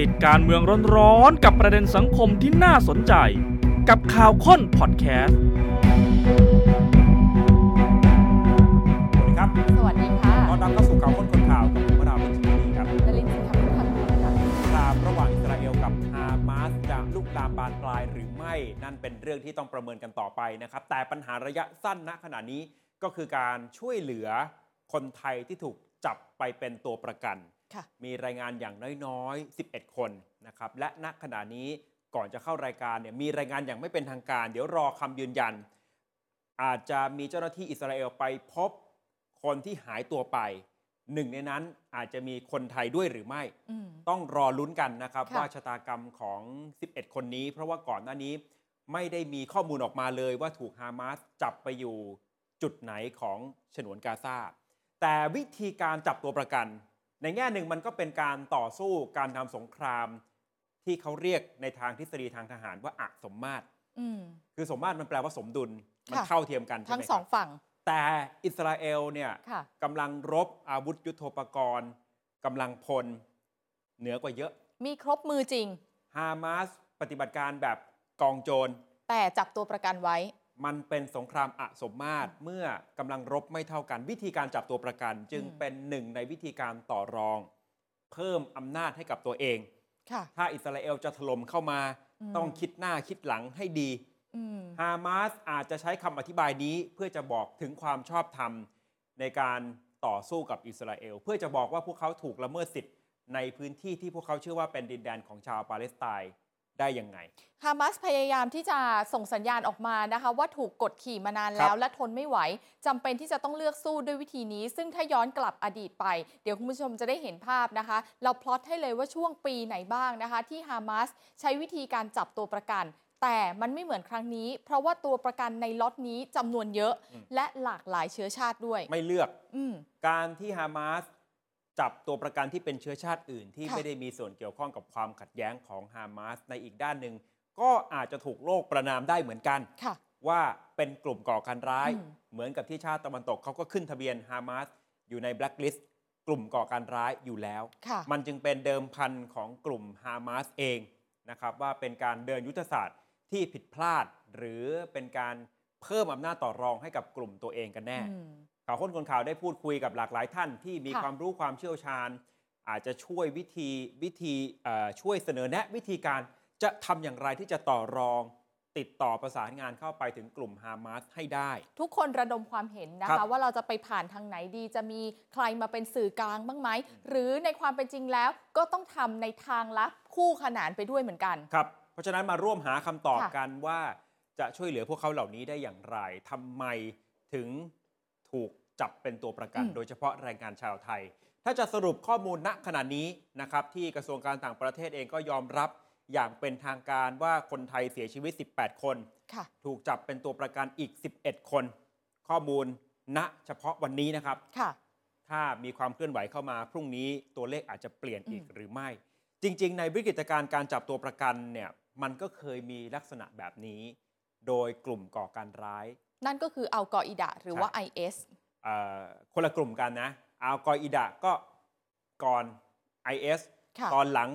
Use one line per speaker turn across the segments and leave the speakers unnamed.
ติดการเมืองร้อนๆกับประเด็นสังคมที่น่าสนใจ กับข่าวค้นพอดแคสต์
สวัสดีครับ
สวัสดีค่ะ
ต้อนรับเข้าสู่ข่าวค้นคนข่าวกับผมวราวุฒิชินีครับ
นลินทร์สินคำพุทธพันธ์ค่ะ
ครามระหว่างอิสราเอลกับฮามาสจะลุกลามบานปลายหรือไม่ นั่นเป็นเรื่องที่ต้องประเมินกันต่อไปนะครับ แต่ปัญหาระยะสั้นณขณะนี้ก็คือการช่วยเหลือคนไทยที่ถูกจับไปเป็นตัวประกัน
ค่ะ
มีรายงานอย่างน้อยๆ 11 คนนะครับ และณขณะนี้ก่อนจะเข้ารายการเนี่ยมีรายงานอย่างไม่เป็นทางการ เดี๋ยวรอคำยืนยัน อาจจะมีเจ้าหน้าที่อิสราเอลไปพบคนที่หายตัวไป หนึ่งในนั้นอาจจะมีคนไทยด้วยหรือไม่
อืม
ต้องรอลุ้นกันนะครับ
ค่ะ
ว่าชะตากรรมของ 11 คนนี้ เพราะว่าก่อนหน้านี้ไม่ได้มีข้อมูลออกมาเลยว่าถูกฮามาสจับไปอยู่จุดไหนของฉนวนกาซาแต่วิธีการจับตัวประกัน ในแง่หนึ่งมันก็เป็นการต่อสู้การทำสงคราม ที่เขาเรียกในทางทฤษฎีทางทหารว่าอักสมมาตร
อืม
คือสมมาตรมันแปลว่าสมดุล มัน
ค่ะ
เท่าเทียมกันใช่
ทั้ง
ไหม
สอง
ครับ
ฝั่ง
แต่อิสราเอลเนี่ย
ค่ะ
กำลังรบอาวุธยุโทโธปกรณ์กำลังพล เหนือกว่าเยอะ
มีครบมือจริง
ฮามาสปฏิบัติการแบบกองโจร
แต่จับตัวประกันไว้
มันเป็นสงครามอสมมาตรเมื่อกำลังรบไม่เท่ากัน วิธีการจับตัวประกัน จึง
อืม
เป็นหนึ่งในวิธีการต่อรอง เพิ่มอำนาจให้กับตัวเอง
ค่ะ
ถ้าอิสราเอลจะถล่มเข้ามา
อืม
ต้องคิดหน้าคิดหลังให้ดี
อืม
ฮามาสอาจจะใช้คำอธิบายนี้เพื่อจะบอกถึงความชอบธรรม ในการต่อสู้กับอิสราเอล เพื่อจะบอกว่าพวกเขาถูกละเมิดสิทธิ์ในพื้นที่ที่พวกเขาเชื่อว่าเป็นดินแดนของชาวปาเลสไตน์ได้ยังไง
ฮามาสพยายามที่จะส่งสัญญาณออกมานะคะ ว่าถูกกดขี่มานานแล้
ครั
ว
บ
และทนไม่ไหวจำเป็นที่จะต้องเลือกสู้ด้วยวิธีนี้ ซึ่งถ้าย้อนกลับอดีตไป เดี๋ยวคุณผู้ชมจะได้เห็นภาพนะคะ เราพลอตให้เลยว่าช่วงปีไหนบ้างนะคะ ที่ฮามาสใช้วิธีการจับตัวประกัน แต่มันไม่เหมือนครั้งนี้ เพราะว่าตัวประกันในล็อตนี้จำนวนเยอะและหลากหลายเชื้อชาติด้วย
ไม่เลือก
อืม
การที่ฮามาสจับตัวประกันที่เป็นเชื้อชาติอื่น ที่
ค่ะ
ไม่ได้มีส่วนเกี่ยวข้องกับความขัดแย้งของฮามาสในอีกด้านหนึ่งก็อาจจะถูกโลกประนามได้เหมือนกัน
ค่ะ
ว่าเป็นกลุ่มก่อการร้าย
อืม
เหมือนกับที่ชาติตะวันตกเขาก็ขึ้นทะเบียนฮามาสอยู่ในแบล็คลิสต์กลุ่มก่อการร้ายอยู่แล้ว
ค่ะ
มันจึงเป็นเดิมพันของกลุ่มฮามาสเองนะครับว่าเป็นการเดินยุทธศาสตร์ที่ผิดพลาด หรือเป็นการเพิ่มอำนาจต่อรองให้กับกลุ่มตัวเองกันแน่
อืม
ข่าวค้นคนข่าวได้พูดคุยกับหลากหลายท่านที่มี
ค่ะ
ความรู้ความเชี่ยวชาญ อาจจะช่วยวิธีวิธีเอ่อช่วยเสนอแนะวิธีการจะทำอย่างไรที่จะต่อรอง ติดต่อประสานงานเข้าไปถึงกลุ่มฮามาสให้ได้
ทุกคนระดมความเห็นนะ
ครั
คะ
บ
ว่าเราจะไปผ่านทางไหนดี จะมีใครมาเป็นสื่อกลางบ้างไหม หรือในความเป็นจริงแล้วก็ต้องทำในทางลับคู่ขนานไปด้วยเหมือนกัน
ครับเพราะฉะนั้นมาร่วมหาคำตอบ
ค่ะ
กันว่าจะช่วยเหลือพวกเขาเหล่านี้ได้อย่างไรทำไมถึงถูกจับเป็นตัวประกัน โดยเฉพาะแรงงานชาวไทย ถ้าจะสรุปข้อมูลณขณะนี้นะครับที่กระทรวงการต่างประเทศเองก็ยอมรับอย่างเป็นทางการว่าคนไทยเสียชีวิต 18 คน
ค่ะ
ถูกจับเป็นตัวประกันอีก 11 คน ข้อมูลณเฉพาะวันนี้นะครับ
ค่ะ
ถ้ามีความเคลื่อนไหวเข้ามาพรุ่งนี้ตัวเลขอาจจะเปลี่ยนอีก
อืม
หรือไม่ จริง ๆ ในวิกฤตการณ์การจับตัวประกันเนี่ยมันก็เคยมีลักษณะแบบนี้ โดยกลุ่มก่อการร้าย
นั่นก็คือเอากออิดะหรือว่า IS
เอ่อคนละกลุ่มกันนะอัลกออิดะก็ก่อน IS
ค่ะ
ตอนหลัง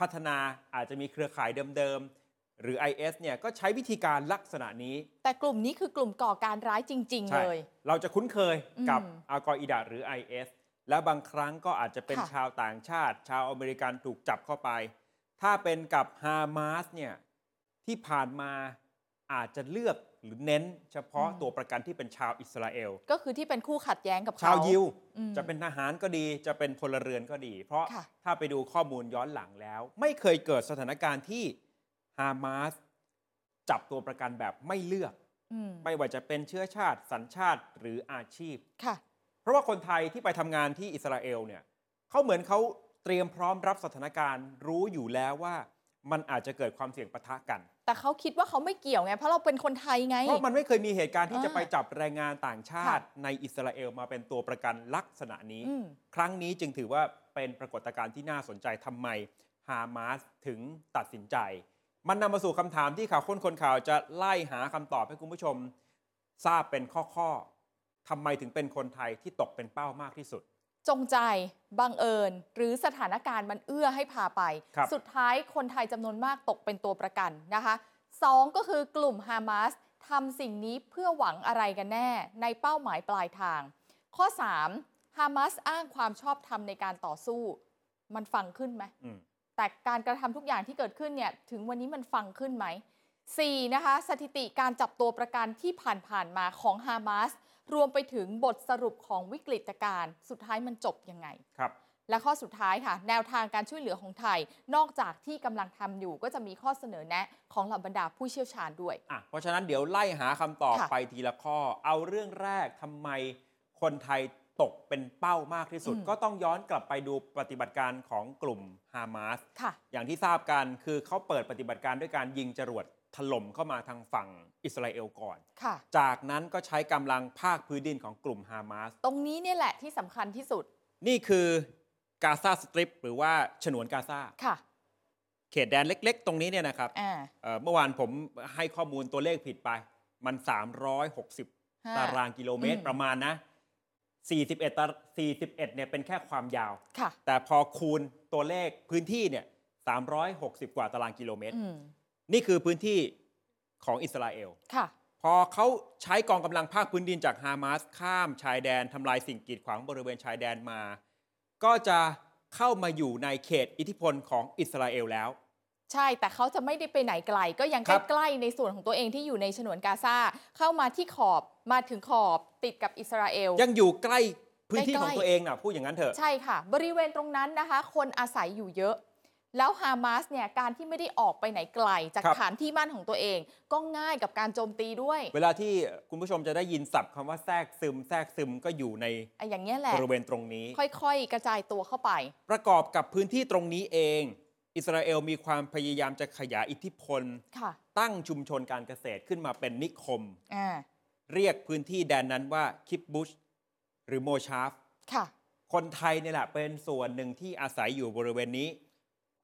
พัฒนาอาจจะมีเครือข่ายเดิมๆ หรือ IS เนี่ยก็ใช้วิธีการลักษณะนี้
แต่กลุ่มนี้คือกลุ่มก่อการร้ายจริง ๆ
ใช่
เลย
เราจะคุ้นเคยกับ
อืม
อัลกออิดะหรือ IS แล้วบางครั้งก็อาจจะเป็น
ค่ะ
ชาวต่างชาติ ชาวอเมริกันถูกจับเข้าไป ถ้าเป็นกับฮามาสเนี่ยที่ผ่านมาอาจจะเลือกหรือเน้นเฉพาะตัวประกันที่เป็นชาวอิสราเอล
ก็คือที่เป็นคู่ขัดแย้งกับเขา
ชาวยิว
อืม
จะเป็นทหารก็ดีจะเป็นพลเรือนก็ดี เพราะ
ค่ะ
ถ้าไปดูข้อมูลย้อนหลังแล้ว ไม่เคยเกิดสถานการณ์ที่ฮามาสจับตัวประกันแบบไม่เลือก
อืม
ไม่ว่าจะเป็นเชื้อชาติ สัญชาติหรืออาชีพ
ค่ะ
เพราะว่าคนไทยที่ไปทำงานที่อิสราเอลเนี่ยเขาเหมือนเขาเตรียมพร้อมรับสถานการณ์รู้อยู่แล้วว่า มันอาจจะเกิดความเสี่ยงปะทะกัน
แต่เขาคิดว่าเขาไม่เกี่ยวไง เพราะเราเป็นคนไทยไง
เพราะมันไม่เคยมีเหตุการณ์ที่จะ
อ่า
ไปจับแรงงานต่างชาติ
ค่ะ
ในอิสราเอลมาเป็นตัวประกันลักษณะนี้
อืม
ครั้งนี้จึงถือว่าเป็นปรากฏการณ์ที่น่าสนใจทำไมฮามาสถึงตัดสินใจ มันนำมาสู่คำถามที่ข่าวค้นคนข่าวจะไล่หาคำตอบให้คุณผู้ชม ทราบเป็นข้อๆทำไมถึงเป็นคนไทยที่ตกเป็นเป้ามากที่สุด
จงใจ บังเอิญ หรือสถานการณ์มันเอื้อให้พาไป
ครับ
สุดท้ายคนไทยจำนวนมากตกเป็นตัวประกันนะคะสองก็คือกลุ่มฮามาสทำสิ่งนี้เพื่อหวังอะไรกันแน่ ในเป้าหมายปลายทาง ข้อ 3. ฮามาสอ้างความชอบธรรมในการต่อสู้ มันฟังขึ้นไหม
อืม
แต่การกระทำทุกอย่างที่เกิดขึ้นเนี่ยถึงวันนี้มันฟังขึ้นไหม 4. นะคะ สถิติการจับตัวประกันที่ผ่านๆมาของฮามาสรวมไปถึงบทสรุปของวิกฤตการณ์สุดท้ายมันจบยังไง
ครับ
และข้อสุดท้ายค่ะ แนวทางการช่วยเหลือของไทย นอกจากที่กำลังทำอยู่ก็จะมีข้อเสนอแนะของเหล่าบรรดาผู้เชี่ยวชาญด้วย
อ่ะ เพราะฉะนั้นเดี๋ยวไล่หาคำตอบ
ค่ะ
ไปทีละข้อ เอาเรื่องแรกทำไมคนไทยตกเป็นเป้ามากที่สุด
อืม
ก็ต้องย้อนกลับไปดูปฏิบัติการของกลุ่มฮามาส
ค่ะ
อย่างที่ทราบกันคือเขาเปิดปฏิบัติการด้วยการยิงจรวดถล่มเข้ามาทางฝั่งอิสราเอลก่อน
ค่ะ
จากนั้นก็ใช้กำลังภาคพื้นดินของกลุ่มฮามาส
ตรงนี้เนี่ยแหละที่สำคัญที่สุด
นี่คือกาซาสตริปหรือว่าฉนวนกาซา
ค่ะ
เขตแดนเล็ก ๆ ตรงนี้เนี่ยนะครับ
อ่า
เอ่อเมื่อวานผมให้ข้อมูลตัวเลขผิดไป มัน 360
ห้า
ตารางกิโลเมตร
อืม
ประมาณนะ 41ตา41เนี่ยเป็นแค่ความยาว
ค่ะ
แต่พอคูณตัวเลขพื้นที่เนี่ย360 กว่าตารางกิโลเมตร
อืม
นี่คือพื้นที่ของอิสราเอล
ค่ะ
พอเขาใช้กองกำลังภาคพื้นดินจากฮามาสข้ามชายแดนทำลายสิ่งกีดขวางบริเวณชายแดนมา ก็จะเข้ามาอยู่ในเขตอิทธิพลของอิสราเอลแล้ว
ใช่ แต่เขาจะไม่ได้ไปไหนไกล ก็ยัง
ครับ
ใกล้ๆในส่วนของตัวเองที่อยู่ในฉนวนกาซาเข้ามาที่ขอบมาถึงขอบติดกับอิสราเอล
ยังอยู่ใกล้พื้นที่
ใกล้ๆ
ของตัวเองนะพูดอย่างนั้นเถอะ
ใช่ค่ะ บริเวณตรงนั้นนะคะ คนอาศัยอยู่เยอะ แล้วฮามาสเนี่ยการที่ไม่ได้ออกไปไหนไกล จาก
ครับ
ฐานที่มั่นของตัวเอง ก็ง่ายกับการโจมตีด้วย
เวลาที่คุณผู้ชมจะได้ยินศัพท์คำว่าแทรกซึม แทรกซึมก็อยู่ใน
อ่ะอย่างนี้ยแหละ
บริเวณตรงนี้
ค่อยๆ กระจายตัวเข้าไป
ประกอบกับพื้นที่ตรงนี้เอง อิสราเอลมีความพยายามจะขยายอิทธิพล
ค่ะ
ตั้งชุมชนการเกษตรขึ้นมาเป็นนิคม
อ่า
เรียกพื้นที่แดนนั้นว่าคิบบุช หรือโมชาฟ
ค่ะ
คนไทยเนี่ยแหละเป็นส่วนหนึ่งที่อาศัยอยู่บริเวณนี้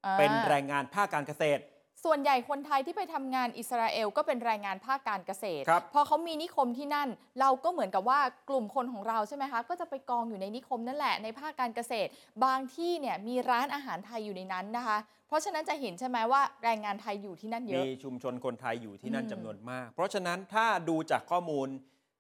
อ่า
เป็นแรงงานภาคการเกษตร
ส่วนใหญ่คนไทยที่ไปทำงานอิสราเอลก็เป็นแรงงานภาคการเกษตร
ครับ
พอเขามีนิคมที่นั่น เราก็เหมือนกับว่ากลุ่มคนของเราใช่ไหมคะ ก็จะไปกองอยู่ในนิคมนั่นแหละในภาคการเกษตร บางที่เนี่ยมีร้านอาหารไทยอยู่ในนั้นนะคะ เพราะฉะนั้นจะเห็นใช่ไหมว่าแรงงานไทยอยู่ที่นั่นเย
มี
อะ
ชุมชนคนไทยอยู่ที่นั่น
อืม
จำนวนมาก เพราะฉะนั้นถ้าดูจากข้อมูล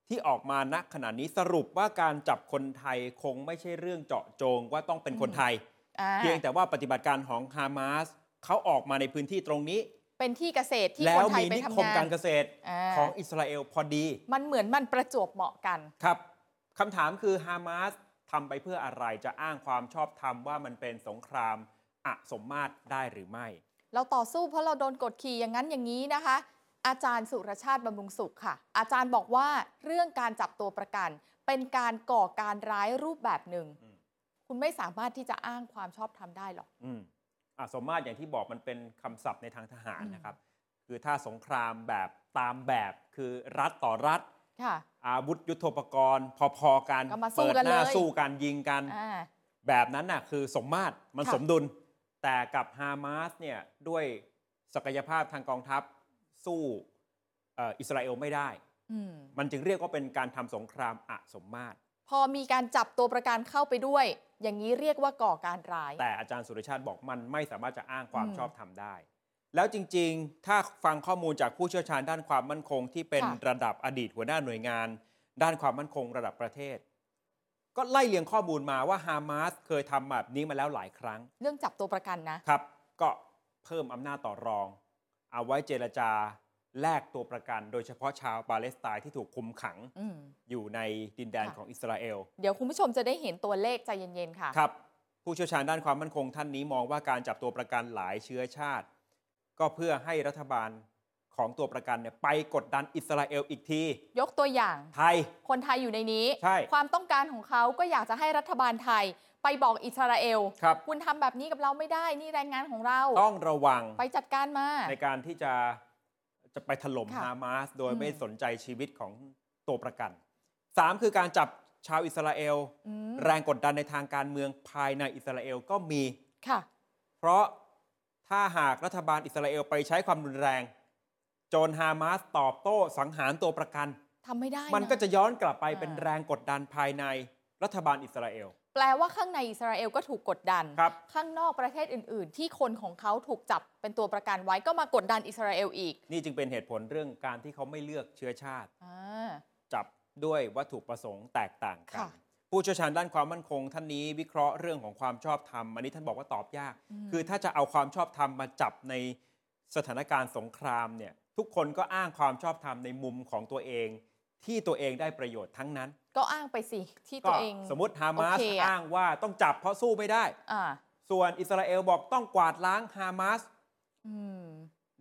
ที่ออกมาณขณะนี้สรุปว่าการจับคนไทยคงไม่ใช่เรื่องเจาะจงว่าต้องเป็นคนไทย
อ่า
เพียงแต่ว่าปฏิบัติการของฮามาสเขาออกมาในพื้นที่ตรงนี้
เป็นที่เกษตรที่
แล้
ค
วน
ไทย
มี
ไป
นิ
ทำ
ค
งาก
มาน รเกษตร
อ่า
ของอิสราเอลพอดี
มันเหมือนมันประจวบเหมาะกัน
ครับคำถามคือฮามาสทำไปเพื่ออะไรจะอ้างความชอบธรรมว่ามันเป็นสงครามอสมมาตรได้หรือไม่
เราต่อสู้เพราะเราโดนกดขี่อย่างนั้นอย่างนี้นะคะ อาจารย์สุรชาติบำรุงสุขค่ะ อาจารย์บอกว่าเรื่องการจับตัวประกัน เป็นการก่อการร้ายรูปแบบหนึ่ง
อืม
คุณไม่สามารถที่จะอ้างความชอบธรรมได้หรอก
อืมอสมมาตรอย่างที่บอกมันเป็นคำศัพท์ในทางทหาร
อืม
นะครับ คือถ้าสงครามแบบตามแบบคือรัฐต่อรัฐ
ค่ะ
อาวุธยุโทโธปกรณ์ พอๆกัน
ก็มาสู้
เปิด
กัน
หน้า
เลย
สู้กันยิงกัน
อ่า
แบบนั้นน่ะคือสมมาตรมัน
ค่ะ
สมดุล แต่กับฮามาสเนี่ยด้วยศักยภาพทางกองทัพสู้เอ่ออิสราเอลไม่ได้
อืม
มันจึงเรียกว่าเป็นการทำสงครามอสมมาตร
พอมีการจับตัวประกันเข้าไปด้วย อย่างนี้เรียกว่าก่อการร้าย
แต่อาจารย์สุรชาติบอกมันไม่สามารถจะอ้างความ
อืม
ชอบธรรมได้ แล้วจริงๆ ถ้าฟังข้อมูลจากผู้เชี่ยวชาญด้านความมั่นคง ที่เป็น
ค่ะ
ระดับอดีตหัวหน้าหน่วยงาน ด้านความมั่นคงระดับประเทศ ก็ไล่เลียงข้อมูลมาว่าฮามาสเคยทำแบบนี้มาแล้วหลายครั้ง
เรื่องจับตัวประกันนะ
ครับ ก็เพิ่มอำนาจต่อรอง เอาไว้เจรจาแลกตัวประกัน โดยเฉพาะชาวปาเลสไตน์ที่ถูกคุมขัง
อืม
อยู่ในดินแดน
ค่ะ
ของอิสราเอล
เดี๋ยวคุณผู้ชมจะได้เห็นตัวเลขใจเย็นๆค่ะ
ครับ ผู้เชี่ยวชาญด้านความมั่นคงท่านนี้มองว่าการจับตัวประกันหลายเชื้อชาติ ก็เพื่อให้รัฐบาลของตัวประกันเนี่ยไปกดดันอิสราเอลอีกที
ยกตัวอย่าง
ไทย
คนไทยอยู่ในนี้
ใช่
ความต้องการของเขาก็อยากจะให้รัฐบาลไทย ไปบอกอิสราเอล
ครับ
คุณทำแบบนี้กับเราไม่ได้ นี่แรงงานของเรา
ต้องระวัง
ไปจัดการมา
ในการที่จะจะไปถล่ม
ค่ะ
ฮามาส โดย
อืม
ไม่สนใจชีวิตของตัวประกัน 3 คือการจับชาวอิสราเอล
อืม
แรงกดดันในทางการเมืองภายในอิสราเอลก็มี
ค่ะ
เพราะถ้าหากรัฐบาลอิสราเอลไปใช้ความรุนแรง จนฮามาสตอบโต้สังหารตัวประกัน
ทำไม่ได้
มันก็จะย้อนกลับไปเป็น
อ่า
แรงกดดันภายในรัฐบาลอิสราเอล
แป ลว่าข้างในอิสราเอลก็ถูกกดดัน
ครับ
ข้างนอกประเทศอื่น ๆ ที่คนของเขาถูกจับเป็นตัวประกันไว้ก็มากดดันอิสราเอลอีก
นี่จึงเป็นเหตุผลเรื่องการที่เขาไม่เลือกเชื้อชาติ
อ่า
จับด้วยวัตถุประสงค์แตกต่างกัน
ค่ะ
ผู้เชี่ยวชาญด้านความมั่นคง ท่านนี้วิเคราะห์เรื่องของความชอบธรรมอันนี้ท่านบอกว่าตอบยาก
ม
คือถ้าจะเอาความชอบธรรมมาจับในสถานการณ์สงครามเนี่ยทุกคนก็อ้างความชอบธรรมในมุมของตัวเอง ที่ตัวเองได้ประโยชน์ทั้งนั้น
ก็อ้างไปสิที่
ก็
ตัวเอง
สมมติฮามาส
โอเคอะ
อ้างว่าต้องจับเพราะสู้ไม่ได้
อ่า
ส่วนอิสราเอลบอกต้องกวาดล้างฮามาส
อืม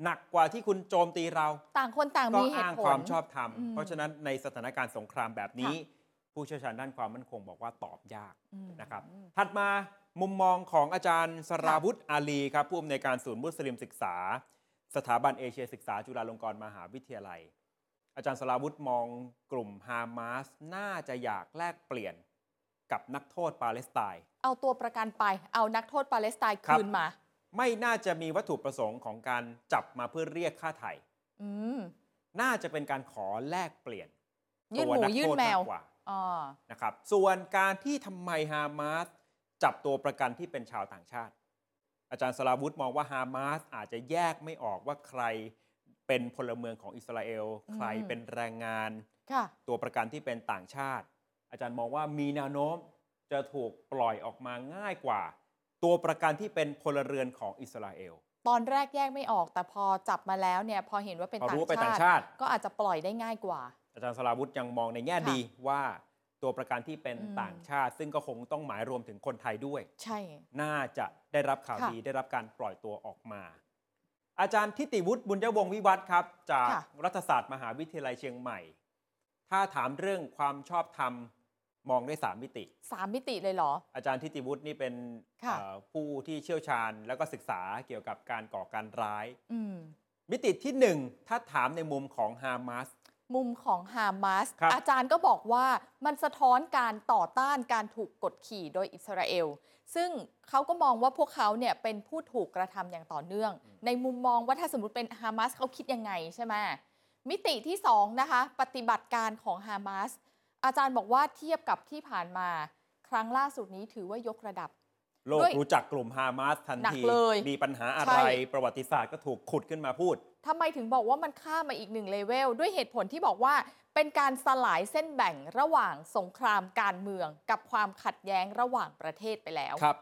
หนักกว่าที่คุณโจมตีเรา
ต่างคนต่าง
ก็
มีเห
อ้า
ตุผ
งควา
ล
มชอบธรรม
อืม
เพราะฉะนั้นในสถานการณ์สงครามแบบนี้ ผู้เชี่ยวชาญด้านความมั่นคงบอกว่าตอบยาก
อืม
นะครับ ถัดมามุมมองของอาจารย์สราวุธอาลีครับผู้อำนวยการศูนย์มุสลิมศึกษา สถาบันเอเชียศึกษาจุฬาลงกรณ์มหาวิทยาลัย อาจารย์สราวุธมองกลุ่มฮามาสน่าจะอยากแลกเปลี่ยนกับนักโทษปาเลสไตน์
เอาตัวประกันไป เอานักโทษปาเลสไตน์
ครับ
คืนมา
ไม่น่าจะมีวัตถุประสงค์ของการจับมาเพื่อเรียกค่าไถ่
อืม
น่าจะเป็นการขอแลกเปลี่ยน
ยื่นหมู
ตัวก
ยื่น
โทษ
แมว
กกว่า
อ่า
นะครับส่วนการที่ทำไมฮามาสจับตัวประกันที่เป็นชาวต่างชาติ อาจารย์สลาวุธมองว่าฮามาสอาจจะแยกไม่ออกว่าใครเป็นพลเมืองของอิสราเอล ใครเป็นแรงงาน
ค่ะ
ตัวประกันที่เป็นต่างชาติ อาจารย์มองว่ามีแนวโน้มจะถูกปล่อยออกมาง่ายกว่า ตัวประกันที่เป็นพลเรือนของอิสราเอล
ตอนแรกแยกไม่ออก แต่พอจับมาแล้วเนี่ย พอเห็นว่าเป็น
พอ
ต่าง
รู้ว่าเป็นต่าง
ชาติ
ชาติ
ก็อาจจะปล่อยได้ง่ายกว่า
อาจารย์สราวุธยังมองในแง่
ค่ะ
ดีว่าตัวประกันที่เป็น
อืม
ต่างชาติ ซึ่งก็คงต้องหมายรวมถึงคนไทยด้วย
ใช่
น่าจะได้รับข่าว
ค่ะ
ดีได้รับการปล่อยตัวออกมา อาจารย์ทิติวุฒิบุญยวงศ์วิวัฒน์ครับ จากรัฐศาสตร์มหาวิทยาลัยเชียงใหม่ ถ้าถามเรื่องความชอบธรรมมองได้สามมิติ
สามมิติเลยเหรอ
อาจารย์ทิติวุฒินี่เป็น
ค่ะ
เอ่อผู้ที่เชี่ยวชาญแล้วก็ศึกษาเกี่ยวกับการก่อการร้าย
อืม
มิติที่หนึ่งถ้าถามในมุมของฮามาส
มุมของฮามาส
ครับ
อาจารย์ก็บอกว่ามันสะท้อนการต่อต้านการถูกกดขี่โดยอิสราเอล ซึ่งเขาก็มองว่าพวกเขาเนี่ยเป็นผู้ถูกกระทำอย่างต่อเนื่อง ในมุมมองว่าถ้าสมมติเป็นฮามาสเขาคิดยังไงใช่ไหมมิติที่ 2 นะคะ ปฏิบัติการของฮามาส อาจารย์บอกว่าเทียบกับที่ผ่านมา ครั้งล่าสุดนี้ถือว่ายกระดับ
โลก
ด้วย
รู้จักกลุ่มฮามาสทัน
หนัก
ที
เลย
มีปัญหาอะไร
ใช่
ประวัติศาสตร์ก็ถูกขุดขึ้นมาพูด
ทำไมถึงบอกว่ามันข้ามมาอีกหนึ่งเลเวล ด้วยเหตุผลที่บอกว่าเป็นการสลายเส้นแบ่งระหว่างสงครามการเมือง กับความขัดแย้งระหว่างประเทศไปแล้ว
ครับ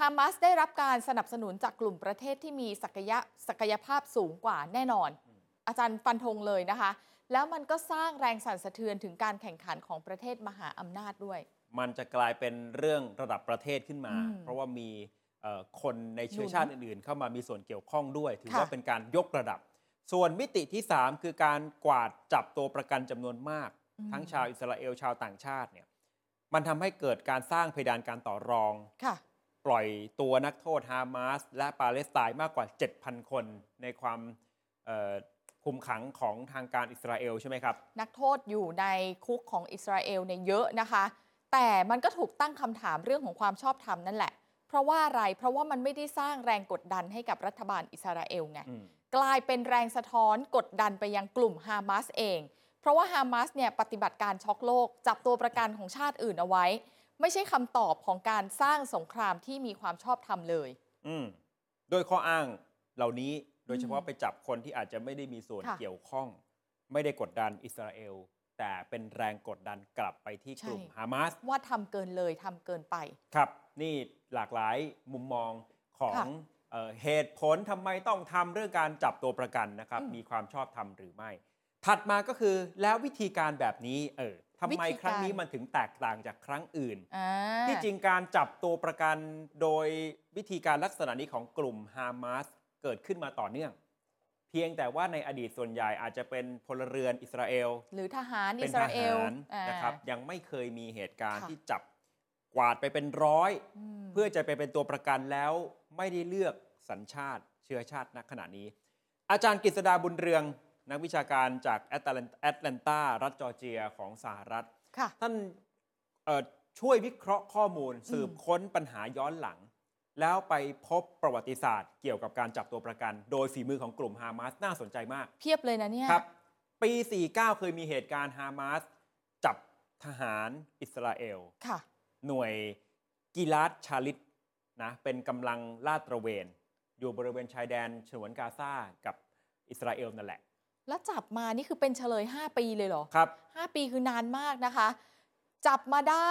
ฮามาสได้รับการสนับสนุนจากกลุ่มประเทศที่มีศักยะศักยภาพสูงกว่าแน่นอน อาจารย์ฟันธงเลยนะคะ แล้วมันก็สร้างแรงสั่นสะเทือนถึงการแข่งขันของประเทศมหาอำนาจด้วย
มันจะกลายเป็นเรื่องระดับประเทศขึ้นมา
อืม
เพราะว่ามีเอ่อคนในเชื้อชาติอื่นๆ เข้ามามีส่วนเกี่ยวข้องด้วย ถือ
ค่ะ
ว่าเป็นการยกระดับ ส่วนมิติที่ 3 คือการกวาดจับตัวประกันจำนวนมาก ทั้งชาวอิสราเอลชาวต่างชาติเนี่ยมันทำให้เกิดการสร้างเพดานการต่อรอง
ค่ะ
ปล่อยตัวนักโทษฮามาสและปาเลสไตน์มากกว่า 7,000 คน ในความเอ่อคุมขังของทางการอิสราเอลใช่ไหมครับ
นักโทษอยู่ในคุกของอิสราเอลเนี่ยเยอะนะคะ แต่มันก็ถูกตั้งคำถามเรื่องของความชอบธรรมนั่นแหละ เพราะว่าอะไร เพราะว่ามันไม่ได้สร้างแรงกดดันให้กับรัฐบาลอิสราเอลไง
อืม
กลายเป็นแรงสะท้อนกดดันไปยังกลุ่มฮามาสเอง เพราะว่าฮามาสเนี่ยปฏิบัติการช็อกโลก จับตัวประกันของชาติอื่นเอาไว้ ไม่ใช่คำตอบของการสร้างสงครามที่มีความชอบธรรมเลย
อืมโดยข้ออ้างเหล่านี้โดยเฉ
อื
พาะ
ม
ไปจับคนที่อาจจะไม่ได้มีส่วน
ค่ะ
เกี่ยวข้อง ไม่ได้กดดันอิสราเอล แต่เป็นแรงกดดันกลับไปที่กลุ่มฮามาส
ว่าทำเกินเลยทำเกินไป
ครับ นี่หลากหลายมุมมองของ
ค่ะ
เอ่อเหตุผลทำไมต้องทำเรื่องการจับตัวประกันนะครับ
อืม
มีความชอบธรรมหรือไม่ ถัดมาก็คือแล้ววิธีการแบบนี้เออทำไม
วิธีการ
ครั้งนี้มันถึงแตกต่างจากครั้งอื่น
อ่า
ที่จริงการจับตัวประกันโดยวิธีการลักษณะนี้ของกลุ่มฮามาสเกิดขึ้นมาต่อเนื่อง เพียงแต่ว่าในอดีตส่วนใหญ่อาจจะเป็นพลเรือนอิสราเอล
หรือทหาร
เป็
อิ
น
ส
ท
ราเอล
หาร
อ่า
นะครับ ยังไม่เคยมีเหตุการณ์
ค่ะ
ที่จับกวาดไปเป็นร้อย
ม
เพื่อจะไปเป็นตัวประกันแล้วไม่ได้เลือกสัญชาติเชื้อชาติณขณะนี้ อาจารย์กฤษดาบุญเรือง นักวิชาการจากแอตแลนตารัฐจอร์เจียของสหรัฐ
ค่ะ
ท่านเอ่อช่วยวิเคราะห์ข้อมูล สืบค้นปัญหาย้อนหลัง แล้วไปพบประวัติศาสตร์เกี่ยวกับการจับตัวประกัน โดยฝีมือของกลุ่มฮามาสน่าสนใจมาก
เพียบเลยนะเนี่ย
ครับ ปี 49 เคยมีเหตุการณ์ฮามาสจับทหารอิสราเอล
ค่ะ
หน่วย กีลาดชาลิตนะเป็นกำลังลาดตระเวน อยู่บริเวณชายแดนฉนวนกาซากับอิสราเอลนั่นแหละ
แล้วจับมานี่คือเป็นเฉลย 5 ปีเลยเหรอ
ครับ
5 ปีคือนานมากนะคะ จับมาได้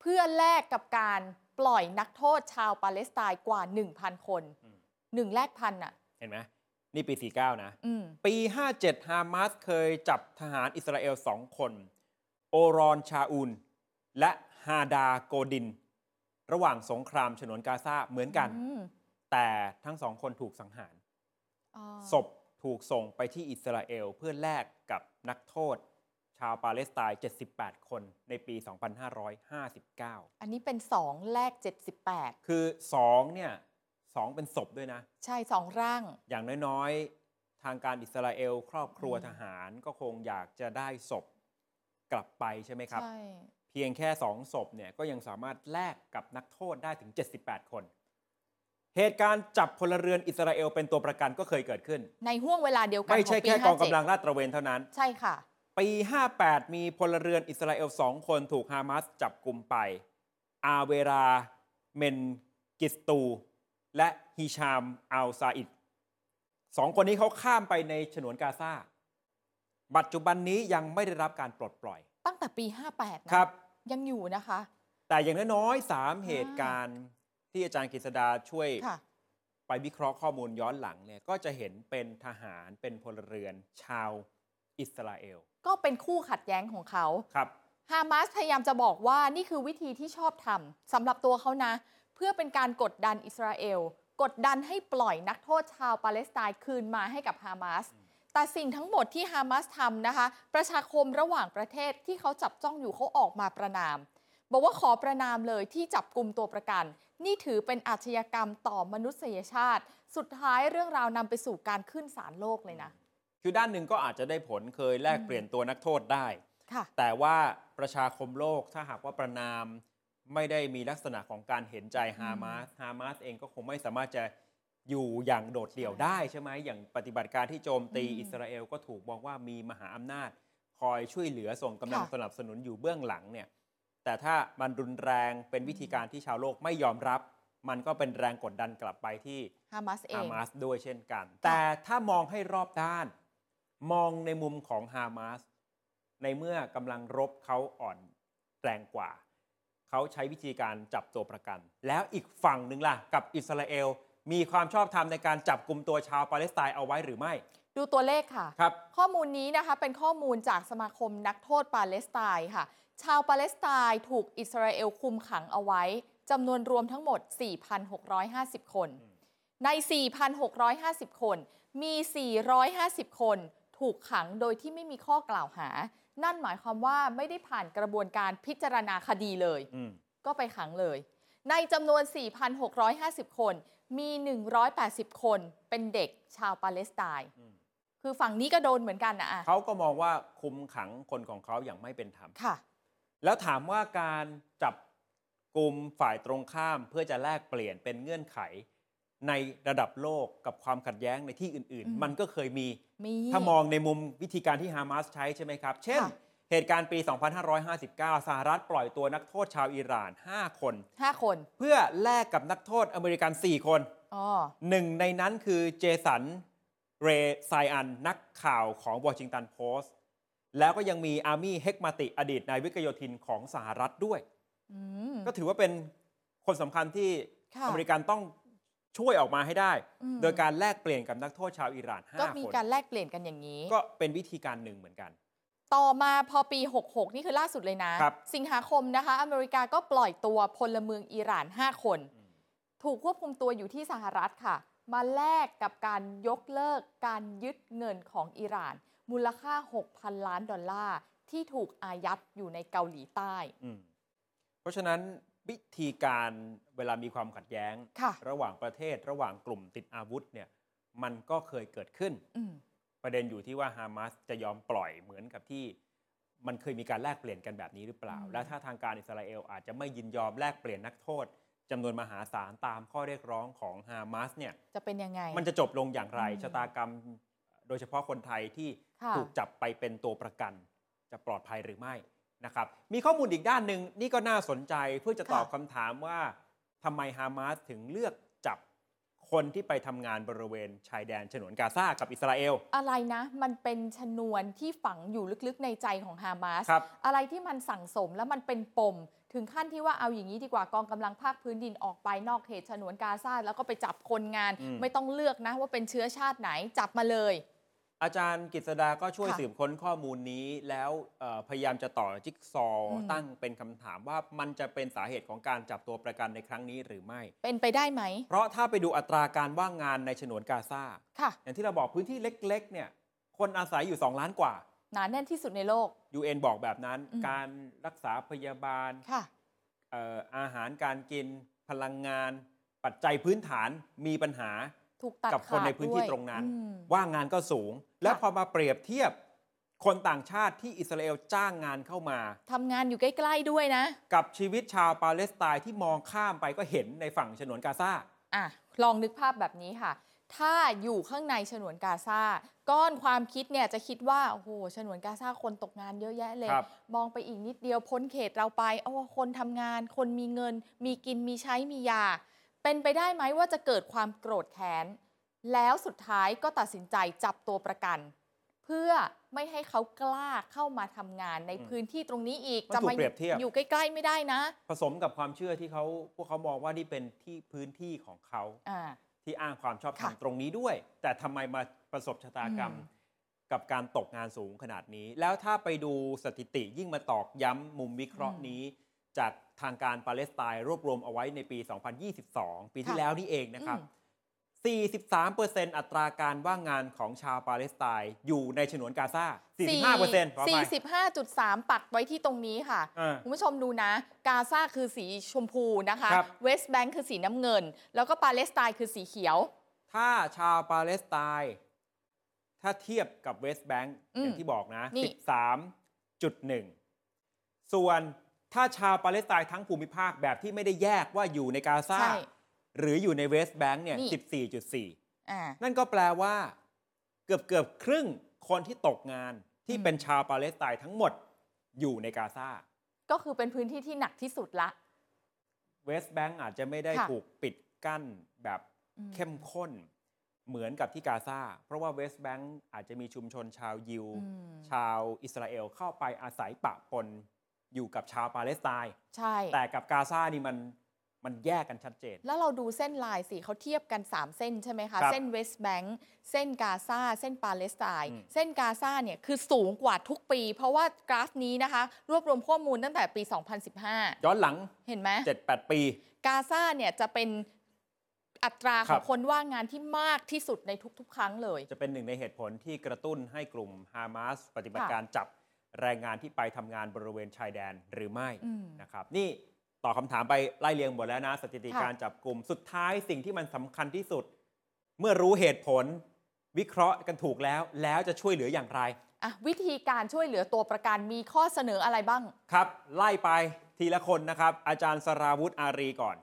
เพื่อแลกกับการปล่อยนักโทษชาวปาเลสไตน์กว่า 1,000 คน
อืม
หนึ่งแลกพันอ่ะ
เห็นไหมนี่ปี 49 นะ
อืม
ปี 57 ฮามาสเคยจับทหารอิสราเอลสองคน โอรอนชาอูล และฮาดาโกดิน ระหว่างสงครามฉนวนกาซาเหมือนกัน
อืม
แต่ทั้งสองคนถูกสังหาร
อ๋อ
ศพถูกส่งไปที่อิสราเอลเพื่อแลกกับนักโทษ ชาวปาเลสไตน์ 78 คนในปี 2559
อันนี้เป็น 2 แลก 78
คือ 2 เนี่ยสองเป็นศพด้วยนะ
ใช่ 2 ร่าง
อย่างน้อยๆ ทางการอิสราเอล ครอบครัว
อืม
ทหารก็คงอยากจะได้ศพกลับไปใช่ไหมครับ
ใช่
เพียงแค่ 2 ศพเนี่ยก็ยังสามารถแลกกับนักโทษได้ถึง 78 คน เหตุการณ์จับพลเรือนอิสราเอลเป็นตัวประกันก็เคยเกิดขึ้น
ในห่วงเวลาเดียวกัน
ไม่ใช่
ขปี
แค่กอง
57
กำลังลาดตระเวนเท่านั้น
ใช่ค่ะ
ปี 58 มีพลเรือนอิสราเอล 2 คนถูกฮามาสจับกลุ่มไป อาเวราเมนกิสตู และฮิชามอัลซาอิดสองคนนี้เขาข้ามไปในฉนวนกาซาปัจจุบันนี้ยังไม่ได้รับการปลดปล่อย
ตั้งแต่ปี 58นะครับ ยังอยู่นะคะ
แต่อย่างน้อยๆสามเหตุการณ์ที่อาจารย์กฤษดาช่วย
ค่ะ
ไปวิเคราะห์ข้อมูลย้อนหลังเนี่ยก็จะเห็นเป็นทหารเป็นพลเรือนชาวอิสราเอล
ก็เป็นคู่ขัดแย้งของเขา
ครับ
ฮามาสพยายามจะบอกว่านี่คือวิธีที่ชอบทำสำหรับตัวเขานะ เพื่อเป็นการกดดันอิสราเอล กดดันให้ปล่อยนักโทษชาวปาเลสไตน์คืนมาให้กับฮามาสแต่สิ่งทั้งหมดที่ฮามาสทำนะคะ ประชาคมระหว่างประเทศที่เขาจับจ้องอยู่เขาออกมาประนาม บอกว่าขอประนามเลยที่จับกลุ่มตัวประกัน นี่ถือเป็นอาชญากรรมต่อมนุษยชาติ สุดท้ายเรื่องราวนำไปสู่การขึ้นศาลโลกเลยนะ
คือด้านหนึ่งก็อาจจะได้ผลเคยแลกเปลี่ยนตัวนักโทษได้
ค่ะ
แต่ว่าประชาคมโลกถ้าหากว่าประนามไม่ได้มีลักษณะของการเห็นใจฮามาสฮามาสเองก็คงไม่สามารถจะอยู่อย่างโดดเดี่ยวได้ใช่ไหมอย่างปฏิบัติการที่โจมตี
อืม
อิสราเอลก็ถูกมองว่ามีมหาอำนาจ คอยช่วยเหลือส่งกำลัง
ค่ะ
สนับสนุนอยู่เบื้องหลังเนี่ยแต่ถ้ามันรุนแรงเป็นวิธีการที่ชาวโลกไม่ยอมรับ มันก็เป็นแรงกดดันกลับไปที่
ฮามาสเอ
ฮาง มาสด้วยเช่นกัน แต่ถ้ามองให้รอบด้าน มองในมุมของฮามาสในเมื่อกำลังรบเขาอ่อนแรงกว่า เขาใช้วิธีการจับตัวประกัน แล้วอีกฝั่งหนึ่งล่ะ กับอิสราเอล มีความชอบธรรมในการจับกลุ่มตัวชาวปาเลสไตน์เอาไว้หรือไม่
ดูตัวเลขค่ะ
ครับ
ข้อมูลนี้นะคะเป็นข้อมูลจากสมาคมนักโทษปาเลสไตน์ค่ะ ชาวปาเลสไตน์ถูกอิสราเอลคุมขังเอาไว้จำนวนรวมทั้งหมด 4,650 คน
อืม
ใน 4,650 คน มี 450 คน ถูกขังโดยที่ไม่มีข้อกล่าวหา นั่นหมายความว่าไม่ได้ผ่านกระบวนการพิจารณาคดีเลย
อืม
ก็ไปขังเลย ในจำนวน 4,650 คน มี 180 คน เป็นเด็กชาวปาเลสไตน์
อืม
คือฝั่งนี้ก็โดนเหมือนกันนะอะ
เขาก็มองว่าคุมขังคนของเขาอย่างไม่เป็นธรรม
ค่ะ
แล้วถามว่าการจับกลุ่มฝ่ายตรงข้ามเพื่อจะแลกเปลี่ยนเป็นเงื่อนไข ในระดับโลกกับความขัดแย้งในที่อื่น
อืม
ๆ มันก็เคยมี
มี
ถ้ามองในมุมวิธีการที่ฮามาสใช้ใช่ไหมครับ เช่น
ค่ะ
เหตุการณ์ปี 2559 สหรัฐปล่อยตัวนักโทษชาวอิหร่าน 5 คน
ห้าคน
เพื่อแลกกับนักโทษอเมริกัน 4 คน
อ๋อ
หนึ่งในนั้นคือเจสัน เรไซอัน นักข่าวของวอชิงตันโพสต์แล้วก็ยังมีอาร์มี่เฮกมาติอดีตนายวิกโยธินของสหรัฐด้วย
อืม
ก็ถือว่าเป็นคนสำคัญที่
ค่ะ
อเมริกันต้องช่วยออกมาให้ได้
อืม
โดยการแลกเปลี่ยนกับนักโทษชาวอิหร่าน
ก็
5
มี
คน
การแลกเปลี่ยนกันอย่างนี้
ก็เป็นวิธีการหนึ่งเหมือนกัน
ต่อมาพอปี 66 นี่คือล่าสุดเลยนะ
ครับ
สิงหาคมนะคะ อเมริกาก็ปล่อยตัวพลเมืองอิหร่าน 5 คน
อืม
ถูกควบคุมตัวอยู่ที่สหรัฐค่ะ มาแลกกับการยกเลิกการยึดเงินของอิหร่าน มูลค่า 6,000 ล้านดอลลาร์ ที่ถูกอายัดอยู่ในเกาหลีใต้
อืมเพราะฉะนั้นวิธีการเวลามีความขัดแย้ง
ค่ะ
ระหว่างประเทศระหว่างกลุ่มติดอาวุธเนี่ยมันก็เคยเกิดขึ้น
อืม
ประเด็นอยู่ที่ว่าฮามาสจะยอมปล่อยเหมือนกับที่มันเคยมีการแลกเปลี่ยนกันแบบนี้หรือเปล่า
อืม
และถ้าทางการอิสราเอลอาจจะไม่ยินยอมแลกเปลี่ยนนักโทษจำนวนมหาศาลตามข้อเรียกร้องของฮามาสเนี่ย
จะเป็นยังไง
มันจะจบลงอย่างไร
อืม
ชะตากรรม โดยเฉพาะคนไทยที่
ค่ะ
ถูกจับไปเป็นตัวประกัน จะปลอดภัยหรือไม่ นะครับมีข้อมูลอีกด้านหนึ่งนี่ก็น่าสนใจเพื่อจะตอบ
ค่ะ
คำถามว่าทำไมฮามาสถึงเลือกจับคนที่ไปทำงานบริเวณชายแดนฉนวนกาซากับอิสราเอล
อะไรนะ มันเป็นชนวนที่ฝังอยู่ลึกๆในใจของฮามาส
ครับ
อะไรที่มันสั่งสมแล้วมันเป็นปม ถึงขั้นที่ว่าเอาอย่างนี้ดีกว่ากองกำลังภาคพื้นดินออกไปนอกเขตฉนวนกาซาแล้วก็ไปจับคนงาน
อืม
ไม่ต้องเลือกนะว่าเป็นเชื้อชาติไหนจับมาเลย
อาจารย์กฤษดาก็ช่วย
ค่ะ
สืบค้นข้อมูลนี้ แล้วเอ่อพยายามจะต่อจิ๊กซอว์
อืม
ตั้งเป็นคำถามว่ามันจะเป็นสาเหตุของการจับตัวประกันในครั้งนี้หรือไม่
เป็นไปได้ไหม
เพราะถ้าไปดูอัตราการว่างงานในฉนวนกาซา
ค่ะ
อย่างที่เราบอกพื้นที่เล็ก ๆ เนี่ย คนอาศัยอยู่ 2 ล้านกว่า
หนาแน่นที่สุดในโลก
UN บอกแบบนั้น
อืม
การรักษาพยาบาล
ค่ะ
เอ่ออาหารการกิน พลังงาน ปัจจัยพื้นฐานมีปัญหา
ถูกตัด
กับคน
ขาด
ในพื้นที่
ด้วย
ตรงนั้น
อืม
ว่างงานก็สูง และ
ค่ะ
พอมาเปรียบเทียบคนต่างชาติที่อิสราเอลจ้างงานเข้ามา
ทำงานอยู่ใกล้ๆด้วยนะ
กับชีวิตชาวปาเลสไตน์ที่มองข้ามไปก็เห็นในฝั่งฉนวนกาซา
อ่ะ ลองนึกภาพแบบนี้ค่ะ ถ้าอยู่ข้างในฉนวนกาซา ก้อนความคิดเนี่ยจะคิดว่า โอ้โห ฉนวนกาซาคนตกงานเยอะแยะเลย
ครับ
มองไปอีกนิดเดียวพ้นเขตเราไป เอาว่าคนทำงาน คนมีเงิน มีกิน มีใช้ มียา เป็นไปได้ไหมว่าจะเกิดความโกรธแค้น แล้วสุดท้ายก็ตัดสินใจจับตัวประกัน เพื่อไม่ให้เขากล้าเข้ามาทำงานในพื้นที่ตรงนี้อีก
มัน
จะ
ถู
มาก
เปรียบเทียบ
อยู่ใกล้ๆไม่ได้นะ
ผสมกับความเชื่อที่เขาพวกเขามองว่านี่เป็นที่พื้นที่ของเขา
อ่า
ที่อ้างความชอบธรรม
ค่ะ
ตรงนี้ด้วย แต่ทำไมมาประสบชะตากรรม
อืม
กับการตกงานสูงขนาดนี้ แล้วถ้าไปดูสถิติยิ่งมาตอกย้ำมุมวิเคราะห์นี้ จากทางการปาเลสไตน์รวบรวมเอาไว้ในปี 2022 ปีที่แล้วนี่เองนะครับ
อืม
43%อัตราการว่างงานของชาวปาเลสไตน์อยู่ในฉนวนกาซา45%ขออภัย
45.3 ปักไว้ที่ตรงนี้ค่ะ
อ่า
คุณผู้ชมดูนะ กาซาคือสีชมพูนะคะ
ครับ
เวสต์แบงค์คือสีน้ำเงิน แล้วก็ปาเลสไตน์คือสีเขียว
ถ้าชาวปาเลสไตน์ถ้าเทียบกับเวสต์แบงก์
อื
อ
ม
ย่างที่บอกนะ
นี่
13.1 ส่วนถ้าชาวปาเลสไตน์ทั้งภูมิภาคแบบที่ไม่ได้แยกว่าอยู่ในกาซา
ใช่
หรืออยู่ในเวสต์แบงก์เนี่ย
นี่
14.4
อ่า
นั่นก็แปลว่า เกือบเกือบครึ่งคนที่ตกงานที่
อืม
เป็นชาวปาเลสไตน์ทั้งหมดอยู่ในกาซา
ก็คือเป็นพื้นที่ที่หนักที่สุดละ
เวสต์แบงก์อาจจะไม่ได้
ค่ะ
ถูกปิดกั้นแบบ
อืม
เข้มข้นเหมือนกับที่กาซาเพราะว่าเวสต์แบงก์อาจจะมีชุมชนชาวยิว
อืม
ชาวอิสราเอลเข้าไปอาศัยปะปนอยู่กับชาวปาเลสไตน์
ใช่
แต่กับกาซานี่มันมันแยกกันชัดเจน
แล้วเราดูเส้นลายสิเขาเทียบกัน 3 เส้นใช่ไหม
ครั
คะ
บ
เส้นเวสต์แบงก์เส้นกาซาเส้นปาเลสไตน์
อืม
เส้นกาซาเนี่ยคือสูงกว่าทุกปี เพราะว่ากราฟนี้นะคะ รวบรวมข้อมูลตั้งแต่ปี 2015
ย้อนหลัง
เห็นไหม
7-8 ปี
กาซาเนี่ยจะเป็นอัตราข
ครั
อง
บ
คนว่างงานที่มากที่สุดในทุกๆ ครั้งเลย
จะเป็นหนึ่งในเหตุผลที่กระตุ้นให้กลุ่มฮามาสปฏิบัติการจับแรงงานที่ไปทำงานบริเวณชายแดนหรือไม่
อืม
นะครับ นี่ต่อบคำถามไปไล่เรียงหมดแล้วนะสถิติ
ค่ะ
การจับกลุ่มสุดท้ายสิ่งที่มันสำคัญที่สุด เมื่อรู้เหตุผล วิเคราะห์กันถูกแล้ว แล้วจะช่วยเหลืออย่างไร
อ่ะวิธีการช่วยเหลือตัวประกันมีข้อเสนออะไรบ้าง
ครับ ไล่ไปทีละคนนะครับ อาจารย์สราวุธอารีก่อน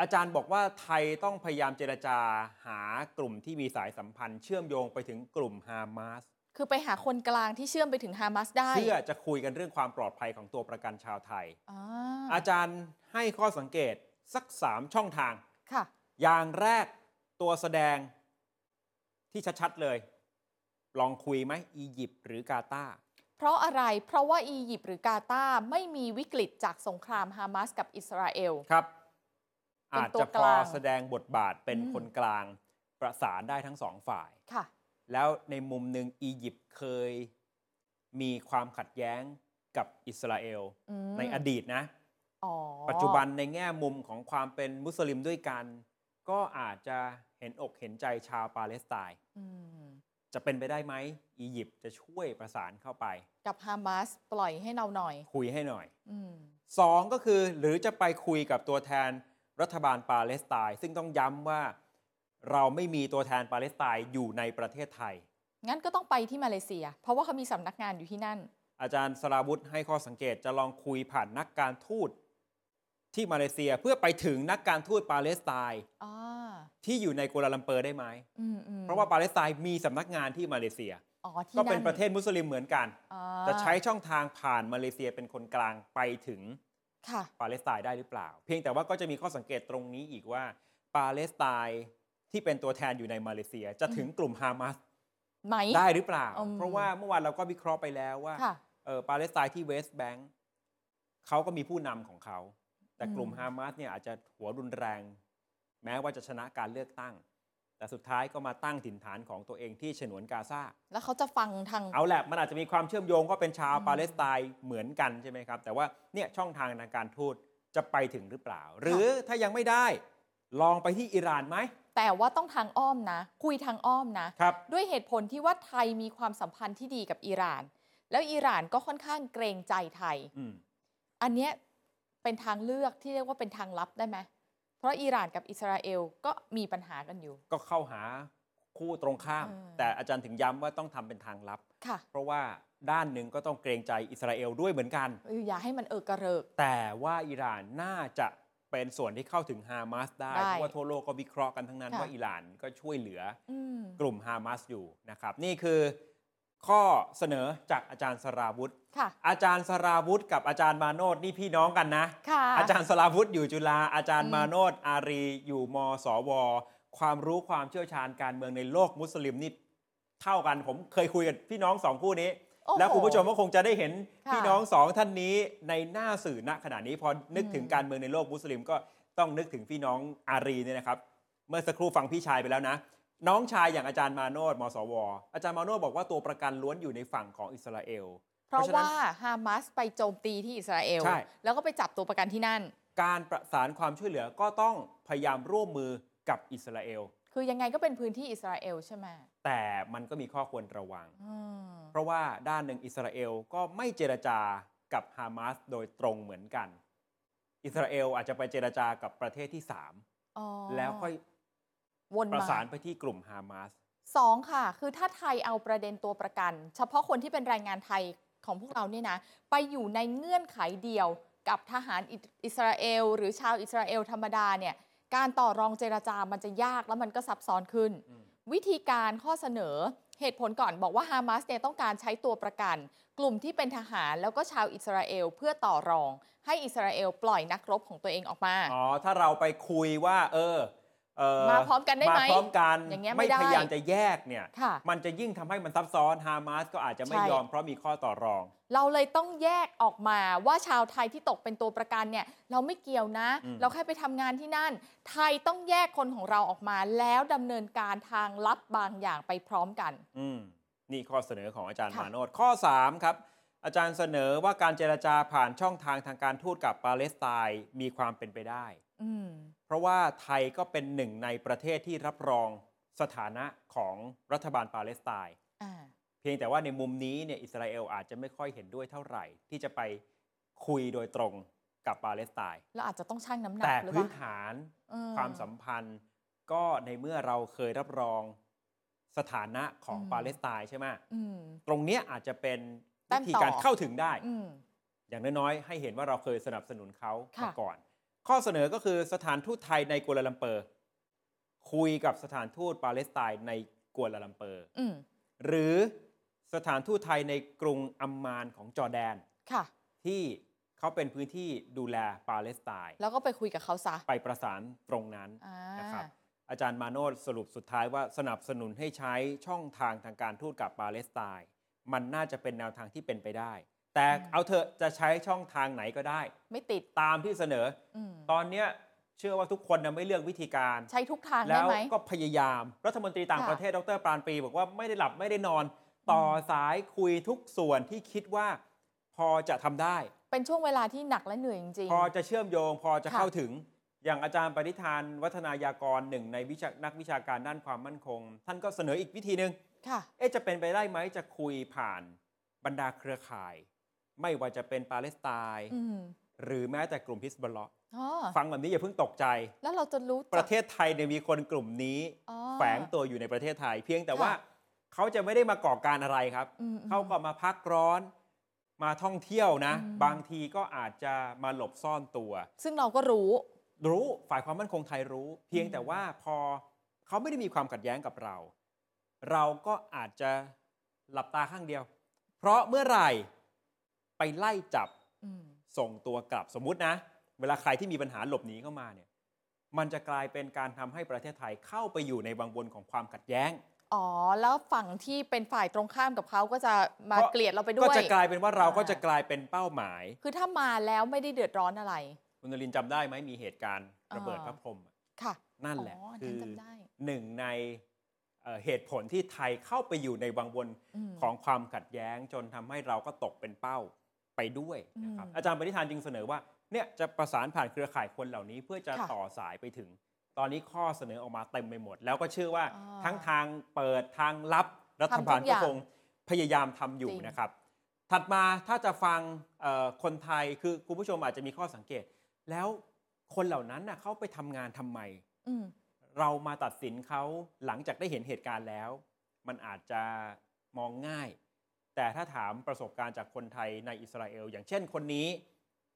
อาจารย์บอกว่าไทยต้องพยายามเจรจาหากลุ่มที่มีสายสัมพันธ์ เชื่อมโยงไปถึงกลุ่มฮามาส
คือไปหาคนกลางที่เชื่อมไปถึงฮามาสได้
เพื่อจะคุยกันเรื่องความปลอดภัยของตัวประกันชาวไทย
อ่า
อาจารย์ให้ข้อสังเกตสัก 3 ช่องทาง
ค่ะ
อย่างแรกตัวแสดงที่ชัดๆเลย ลองคุยไหมอียิปต์หรือกาตาร์
เพราะอะไรเพราะว่าอียิปต์หรือกาตาร์ไม่มีวิกฤตจากสงครามฮามาสกับอิสราเอล
ครับ
เป็
อาน จ
ตัว
จะพ
ก
อ
ลาง
แสดงบทบาทเป็น
อืม
คนกลางประสานได้ทั้งสองฝ่าย
ค่ะ
แล้วในมุมหนึ่งอียิปต์เคยมีความขัดแย้งกับอิสราเอล
อืม
ในอดีตนะ
อ๋อ
ปัจจุบันในแง่มุมของความเป็นมุสลิมด้วยกัน ก็อาจจะเห็นอกเห็นใจชาวปาเลสไตน์
อืม
จะเป็นไปได้ไหมอียิปต์จะช่วยประสานเข้าไป
กับฮามาสปล่อยให้เราหน่อย
คุยให้หน่อย
อืม
สองก็คือหรือจะไปคุยกับตัวแทนรัฐบาลปาเลสไตน์ซึ่งต้องย้ำว่าเราไม่มีตัวแทนปาเลสไตน์อยู่ในประเทศไทย
งั้นก็ต้องไปที่มาเลเซีย เพราะว่าเขามีสำนักงานอยู่ที่นั่น
อาจารย์สราวุธให้ข้อสังเกตจะลองคุยผ่านนักการทูตที่มาเลเซียเพื่อไปถึงนักการทูตปาเลสไตน์
อ่า
ที่อยู่ในกัวลาลัมเปอร์ได้ไหม
อืมอืม
เพราะว่าปาเลสไตน์มีสำนักงานที่มาเลเซีย
อ๋อที่
ก็
นั่น
เป็นประเทศมุสลิมเหมือนกัน
อ่า
จะใช้ช่องทางผ่านมาเลเซียเป็นคนกลางไปถึง
ค่ะ
ปาเลสไตน์ได้หรือเปล่า เพียงแต่ว่าก็จะมีข้อสังเกตตรงนี้อีกว่า ปาเลสไตน์ที่เป็นตัวแทนอยู่ในมาเลเซีย จะถึงกลุ่มฮามาส
ไหม
ได้หรือเปล่า
อืม
เพราะว่าเมื่อวานเราก็วิเคราะห์ไปแล้วว่า
ค่ะ
เออปาเลสไตน์ที่เวสต์แบงก์เขาก็มีผู้นำของเขา แต่กลุ่ม
อืม
ฮามาสเนี่ยอาจจะหัวรุนแรง แม้ว่าจะชนะการเลือกตั้ง แต่สุดท้ายก็มาตั้งถิ่นฐานของตัวเองที่ฉนวนกาซา
แล้วเขาจะฟังทาง
เอาแหละมันอาจจะมีความเชื่อมโยงว่าเป็นชาว
อืม
ปาเลสไตน์เหมือนกันใช่ไหมครับ แต่ว่าเนี่ยช่องทางทางการทูตจะไปถึงหรือเปล่า หรือถ้ายังไม่ได้ลองไปที่อิหร่านไหม
แต่ว่าต้องทางอ้อมนะ คุยทางอ้อมนะ
ครับ
ด้วยเหตุผลที่ว่าไทยมีความสัมพันธ์ที่ดีกับอิหร่าน แล้วอิหร่านก็ค่อนข้างเกรงใจไทย
อืม
อันเนี้ยเป็นทางเลือกที่เรียกว่าเป็นทางลับได้ไหมเพราะอิหร่านกับอิสราเอลก็มีปัญหากันอยู่
ก็เข้าหาคู่ตรงข้าม
อืม
แต่อาจารย์ถึงย้ำว่าต้องทำเป็นทางลับ
ค่ะ
เพราะว่าด้านหนึ่งก็ต้องเกรงใจอิสราเอลด้วยเหมือนกัน
เอออย่าให้มันเออกระเริก
แต่ว่าอิหร่านน่าจะเป็นส่วนที่เข้าถึงฮามาสได้
ได้
เพราะว่าทั่วโลกก็วิเคราะห์กันทั้งนั้น
ค่ะ
ว่าอิหร่านก็ช่วยเหลือ
อืม
กลุ่มฮามาสอยู่นะครับ นี่คือข้อเสนอจากอาจารย์สราวุธ
ค่ะ
อาจารย์สราวุธกับอาจารย์มาโนดนี่พี่น้องกันนะ
ค่ะ
อาจารย์สราวุธอยู่จุฬาอาจารย์
อืม
มาโนดอารีอยู่มสว ความรู้ความเชี่ยวชาญการเมืองในโลกมุสลิมนี่เท่ากันผมเคยคุยกับพี่น้องสองคู่นี้
โอ้โห
แล้วคุณผู้ชมก็คงจะได้เห็น
ค่ะ
พี่น้องสองท่านนี้ในหน้าสื่อณขณะนี้พอนึกถึง
อืม
การเมืองในโลกมุสลิมก็ต้องนึกถึงพี่น้องอารีเนี่ยนะครับ เมื่อสักครู่ฟังพี่ชายไปแล้วนะ น้องชายอย่างอาจารย์มาโนดมสว อาจารย์มาโนดบอกว่าตัวประกันล้วนอยู่ในฝั่งของอิสราเอล
เพราะ
เพราะฉะนั้น
ว่าฮามาสไปโจมตีที่อิสราเอล
ใช่
แล้วก็ไปจับตัวประกันที่นั่น
การประสานความช่วยเหลือก็ต้องพยายามร่วมมือกับอิสราเอล
คือยังไงก็เป็นพื้นที่อิสราเอลใช่ไหม
แต่มันก็มีข้อควรระวัง
อืม
เพราะว่าด้านหนึ่งอิสราเอลก็ไม่เจรจากับฮามาสโดยตรงเหมือนกัน อิสราเอลอาจจะไปเจรจากับประเทศที่
อ๋อ
3 แล้วค่อย
วน
ประ
มา
สานไปที่กลุ่มฮามาส
สองค่ะ คือถ้าไทยเอาประเด็นตัวประกัน เฉพาะคนที่เป็นแรงงานไทยของพวกเราเนี่ยนะ ไปอยู่ในเงื่อนไขเดียวกับทหารอิอิสราเอล หรือชาวอิสราเอลธรรมดาเนี่ย การต่อรองเจราจามันจะยากแล้วมันก็ซับซ้อนขึ้น
อืม
วิธีการข้อเสนอเหตุผลก่อนบอกว่าฮามาสเนี่ยต้องการใช้ตัวประกัน กลุ่มที่เป็นทหารแล้วก็ชาวอิสราเอลเพื่อต่อรอง ให้อิสราเอลปล่อยนักรบของตัวเองออกมา
อ๋อ ถ้าเราไปคุยว่า เออเออ
มาพร้อมกันได้ไหม
มาพร้อมกัน
อย่างเงี้ยไม่
ไม่
ได้
พยายามจะแยกเนี่ย
ค่ะ
มันจะยิ่งทำให้มันซับซ้อนฮามาสก็อาจจะไม่
ใช่
ยอมเพราะมีข้อต่อรอง
เราเลยต้องแยกออกมาว่าชาวไทยที่ตกเป็นตัวประกันเนี่ยเราไม่เกี่ยวนะ
อืม
เราแค่ไปทำงานที่นั่น ไทยต้องแยกคนของเราออกมา แล้วดำเนินการทางลับบางอย่างไปพร้อมกัน
อืมนี่ข้อเสนอของอาจารย์
ค่ะ
มาโนดข้อ 3 ครับ อาจารย์เสนอว่าการเจรจาผ่านช่องทางทางการทูตกับปาเลสไตน์มีความเป็นไปได้
อืม
เพราะว่าไทยก็เป็นหนึ่งในประเทศที่รับรองสถานะของรัฐบาลปาเลสไตน์
อ่า
เพียงแต่ว่าในมุมนี้เนี่ยอิสราเอลอาจจะไม่ค่อยเห็นด้วยเท่าไหร่ ที่จะไปคุยโดยตรงกับปาเลสไตน์
แล้วอาจจะต้องชั่งน้ำหนัก
แต่
หรือเป
พื้น
ล่า
ฐาน
เออ
ความสัมพันธ์ก็ในเมื่อเราเคยรับรองสถานะของ
อืม
ปาเลสไตน์ใช่ไหม
อืม
ตรงเนี้ยอาจจะเป็น
แต้
วิ
ม
ธี
ต่อ
การเข้าถึงได้
อืม
อย่างน้อยๆ ให้เห็นว่าเราเคยสนับสนุนเขา
ค่ะ
มาก่อน ข้อเสนอก็คือสถานทูตไทยในกัวลาลัมเปอร์ คุยกับสถานทูตปาเลสไตน์ในกัวลาลัมเปอร์
อืม
หรือสถานทูตไทยในกรุงอัมมานของจอร์แดน
ค่ะ
ที่เขาเป็นพื้นที่ดูแลปาเลสไตน์
แล้วก็ไปคุยกับเขาซะ
ไปประสานตรงนั้น
อ่า
นะครับอาจารย์มาโนดสรุปสุดท้ายว่าสนับสนุนให้ใช้ช่องทางทางการทูตกับปาเลสไตน์มันน่าจะเป็นแนวทางที่เป็นไปได้ แต่เอาเถอะจะใช้ช่องทางไหนก็ได้
ไม่ติด
ตามที่เสนอ
อืม
ตอนเนี้ยเชื่อว่าทุกคนนะไม่เลือกวิธีการ
ใช้ทุกทาง
แล้
ได้
ว
ไหม
ก็พยายาม รัฐมนตรีต่าง
ค่ะ
ประเทศดรปรานปรีบอกว่าไม่ได้หลับไม่ได้นอน ต่ออสายคุยทุกส่วนที่คิดว่า พอจะทำได้
เป็นช่วงเวลาที่หนักและเหนื่อยจริง
พอจะเชื่อมโยงพอจะ
ค่ะ
เข้าถึงอย่างอาจารย์ปณิธานวัฒนายากรหนึ่งในวิชานักวิชาการด้านความมั่นคง ท่านก็เสนออีกวิธีหนึ่ง
ๆค่ะ
เอ๊ะจะเป็นไปได้ไหมจะคุยผ่านบรรดาเครือข่าย ไม่ว่าจะเป็นปาเลสไตน์
อืม
หรือแม้แต่กลุ่มฮิสบอลเลาะห์
อ๋อ
ฟังแบบนี้อย่าเพิ่งตกใจ
แล้วเราจะรู้จัก
ประเทศไทยเนี่ยมีคนกลุ่มนี้
อ๋อ
แฝงตัวอยู่ในประเทศไทย เพียงแต่
ค่ะ
ว่าเขาจะไม่ได้มาก่อการอะไรครับ
อืมอืม
เขาก็มาพักร้อนมาท่องเที่ยวนะ
อืม
บางทีก็อาจจะมาหลบซ่อนตัว
ซึ่งเราก็รู้
รู้ฝ่ายความมั่นคงไทยรู้ เพียงแต่ว่าพอเขาไม่ได้มีความขัดแย้งกับเรา เราก็อาจจะ หลับตาข้างเดียว เพราะเมื่อไหร่ไปไล่จับ
อืม
ส่งตัวกลับสมมุตินะ เวลาใครที่มีปัญหาหลบหนีเข้ามาเนี่ยมันจะกลายเป็นการทำให้ประเทศไทยเข้าไปอยู่ในวังวนของความขัดแย้ง
อ๋อ แล้วฝั่งที่เป็นฝ่ายตรงข้ามกับเขาก็จะมา
ก็
เกลียดเราไปด้
ก็
วย
จะกลายเป็นว่าเรา
อ่า
ก็จะกลายเป็นเป้าหมาย
คือถ้ามาแล้วไม่ได้เดือดร้อนอะไร
คุณนรินทร์จำได้ไหมมีเหตุการณ์ระเบิด
อ่า
พระพรหมอะ
ค่ะ
นั่น
อ๋
แหละ
ออัน
คื
นั้น
อ
จำได้
หนึ่งในเอ่อเหตุผลที่ไทยเข้าไปอยู่ในวังวน
ม
ของความขัดแย้ง จนทำให้เราก็ตกเป็นเป้าไปด้วยนะครับ
อืม
อาจารย์ปณิธานจึงเสนอว่าเนี่ยจะประสานผ่านเครือข่ายคนเหล่านี้เพื่อจะ
ค่ะ
ต่อสายไปถึง ตอนนี้ข้อเสนอออกมาเต็มไปหมด แล้วก็เชื่อว่า
อ่า
ทั้งทางเปิดทางลับรัฐบาล
ทำทุกอ
ก็
ย่าง
คง พยายามทำอยู่
จริง
นะครับ ถัดมาถ้าจะฟังเอ่อคนไทยคือคุณผู้ชมอาจจะมีข้อสังเกต แล้วคนเหล่านั้นน่ะเขาไปทำงานทำไม
อืม
เรามาตัดสินเขาหลังจากได้เห็นเหตุการณ์แล้ว มันอาจจะมองง่าย แต่ถ้าถามประสบการณ์จากคนไทยในอิสราเอล อย่างเช่นคนนี้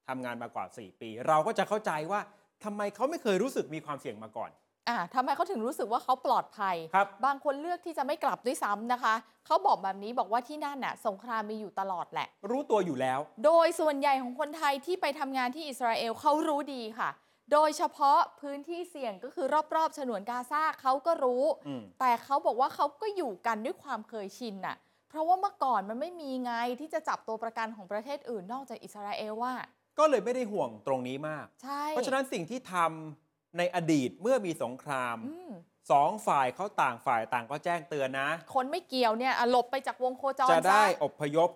ทำงานมากว่า 4 ปี เราก็จะเข้าใจว่าทำไมเขาไม่เคยรู้สึกมีความเสี่ยงมาก่อน
อ่าทำให้เขาถึงรู้สึกว่าเขาปลอดภัย
ครับ
บางคนเลือกที่จะไม่กลับด้วยซ้ำนะคะ เขาบอกแบบนี้บอกว่าที่นั่นน่ะ สงครามมีอยู่ตลอดแหละ
รู้ตัวอยู่แล้ว
โดยส่วนใหญ่ของคนไทยที่ไปทำงานที่อิสราเอลเขารู้ดีค่ะ โดยเฉพาะพื้นที่เสี่ยงก็คือรอบๆ ฉนวนกาซาเขาก็รู้
อืม
แต่เขาบอกว่าเขาก็อยู่กันด้วยความเคยชินน่ะ เพราะว่าเมื่อก่อนมันไม่มีไงที่จะจับตัวประกันของประเทศอื่นนอกจากอิสราเอลว่า
ก็เลยไม่ได้ห่วงตรงนี้มาก
ใช่
เพราะฉะนั้นสิ่งที่ทำในอดีตเมื่อมีสงคราม
อืม
สองฝ่ายเขาต่างฝ่ายต่างก็แจ้งเตือนนะ
คนไม่เกี่ยวเนี่ยอ่ะหลบไปจากวงโคจร
จะได้
ซ
อพยพ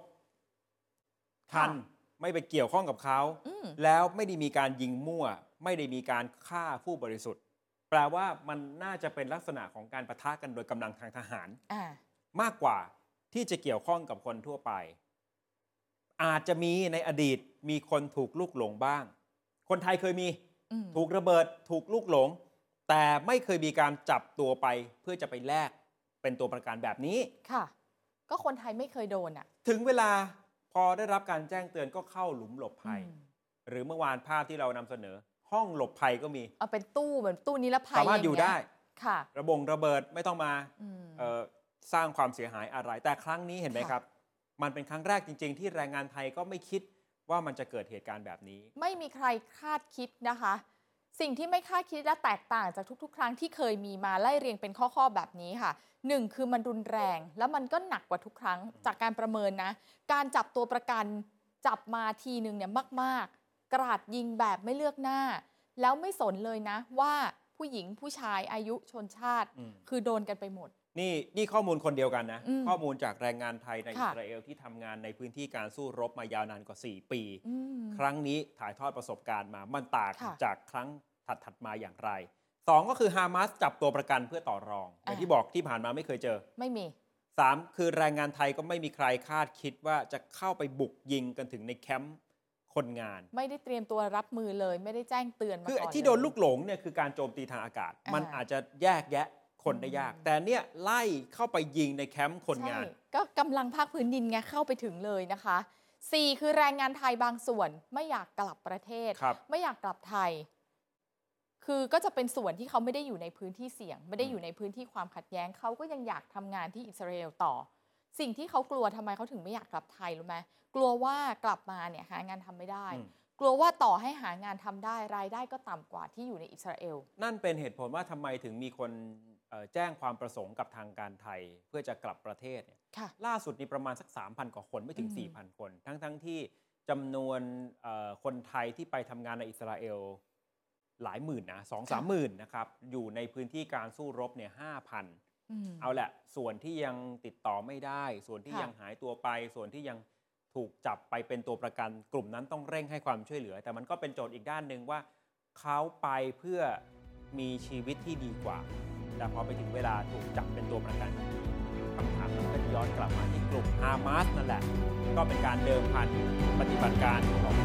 ทัน
ค่ะ
ไม่ไปเกี่ยวข้องกับเขา
อืม
แล้วไม่ได้มีการยิงมั่ว ไม่ได้มีการฆ่าผู้บริสุทธิ์ แปลว่ามันน่าจะเป็นลักษณะของการประทะกันโดยกำลังทางทหาร
อ่า
มากกว่าที่จะเกี่ยวข้องกับคนทั่วไป อาจจะมีในอดีตมีคนถูกลูกหลงบ้าง คนไทยเคยมี
อืม
ถูกระเบิดถูกลูกหลง แต่ไม่เคยมีการจับตัวไปเพื่อจะไปแลกเป็นตัวประกันแบบนี้
ค่ะ ก็คนไทยไม่เคยโดนอ่ะ
ถึงเวลาพอได้รับการแจ้งเตือนก็เข้าหลุมหลบภัย
อืม
หรือเมื่อวานภาพที่เรานำเสนอ ห้องหลบภัยก็มี
เอาเป็นตู้เหมือนตู้นิรภัย
สามารถอยู่ได้
างเงี้ค่ะ
ระบงระเบิดไม่ต้องมา
อืม
เอ่อสร้างความเสียหายอะไร แต่ครั้งนี้เห็นไหม
ค่ะ
ครับ มันเป็นครั้งแรกจริง ๆ ที่แรงงานไทยก็ไม่คิดว่ามันจะเกิดเหตุการณ์แบบนี้
ไม่มีใครคาดคิดนะคะ สิ่งที่ไม่คาดคิดและแตกต่างจากทุกๆ ครั้งที่เคยมีมาไล่เรียงเป็นข้อๆแบบนี้ค่ะหนึ่งคือมันรุนแรง แล้วมันก็หนักกว่าทุกครั้งจากการประเมินนะ การจับตัวประกันจับมาทีหนึ่งเนี่ยมากๆ กราดยิงแบบไม่เลือกหน้า แล้วไม่สนเลยนะ ว่าผู้หญิงผู้ชายอายุชนชาติ
อืม
คือโดนกันไปหมด
นี่นี่ข้อมูลคนเดียวกันนะ
อืม
ข้อมูลจากแรงงานไทยใน
ค่ะ
อิสราเอลที่ทำงานในพื้นที่การสู้รบมายาวนานกว่า 4 ปี
อืม
ครั้งนี้ถ่ายทอดประสบการณ์มา มันต่าง
ค่ะ
จากครั้งถัดถัดๆมาอย่างไรสองก็คือฮามาสจับตัวประกันเพื่อต่อรอง อย่าง
อ่า
ที่บอกที่ผ่านมาไม่เคยเจอ
ไม่มี
สามคือแรงงานไทยก็ไม่มีใครคาดคิดว่าจะเข้าไปบุกยิงกันถึงในแคมป์คนงาน
ไม่ได้เตรียมตัวรับมือเลย ไม่ได้แจ้งเตือนมาก่อน
คือไอ้ที่
เย
โดนลูกหลงเนี่ยคือการโจมตีทางอากาศ
อ่ามั
มันอาจจะแยกแยะคนได้ยาก
อืม
แต่เนี่ยไล่เข้าไปยิงในแคมป์คนงาน
ใช่ก็กำลังภาคพื้นดินไงเข้าไปถึงเลยนะคะ 4 คือแรงงานไทยบางส่วนไม่อยากกลับประเทศ
ครับ
ไม่อยากกลับไทย คือก็จะเป็นส่วนที่เขาไม่ได้อยู่ในพื้นที่เสี่ยง ไม่ได้อยู่ในพื้นที่ความขัดแย้งเขาก็ยังอยากทำงานที่อิสราเอลต่อ สิ่งที่เขากลัวทำไมเขาถึงไม่อยากกลับไทยรู้ไหมกลัวว่ากลับมาเนี่ยหางานทำไม่ได้
อืม
กลัวว่าต่อให้หางานทำได้รายได้ก็ต่ำกว่าที่อยู่ในอิสราเอล
นั่นเป็นเหตุผลว่าทำไมถึงมีคนเอ่อแจ้งความประสงค์กับทางการไทย เพื่อจะกลับประเทศเนี่ย
ค่ะ
ล่าสุดนี่ประมาณสัก 3,000 กว่าคนไม่ถึง
อืม
4,000 คน ทั้งทั้งที่จำนวนเอ่อคนไทยที่ไปทำงานในอิสราเอลหลายหมื่นนะสองสามหมื่นนะครับ อยู่ในพื้นที่การสู้รบเนี่ยห้าพัน
ม
เอาแหละ ส่วนที่ยังติดต่อไม่ได้ ส่วนที่
ค่ะ
ยังหายตัวไป ส่วนที่ยังถูกจับไปเป็นตัวประกันกลุ่มนั้นต้องเร่งให้ความช่วยเหลือ แต่มันก็เป็นโจทย์อีกด้านหนึ่งว่า เขาไปเพื่อมีชีวิตที่ดีกว่า แต่พอไปถึงเวลาถูกจับเป็นตัวประกันคำถามมันก็ย้อนกลับมาที่กลุ่มฮามาสนั่นแหละ ก็เป็นการเดิมพันปฏิบัติการของ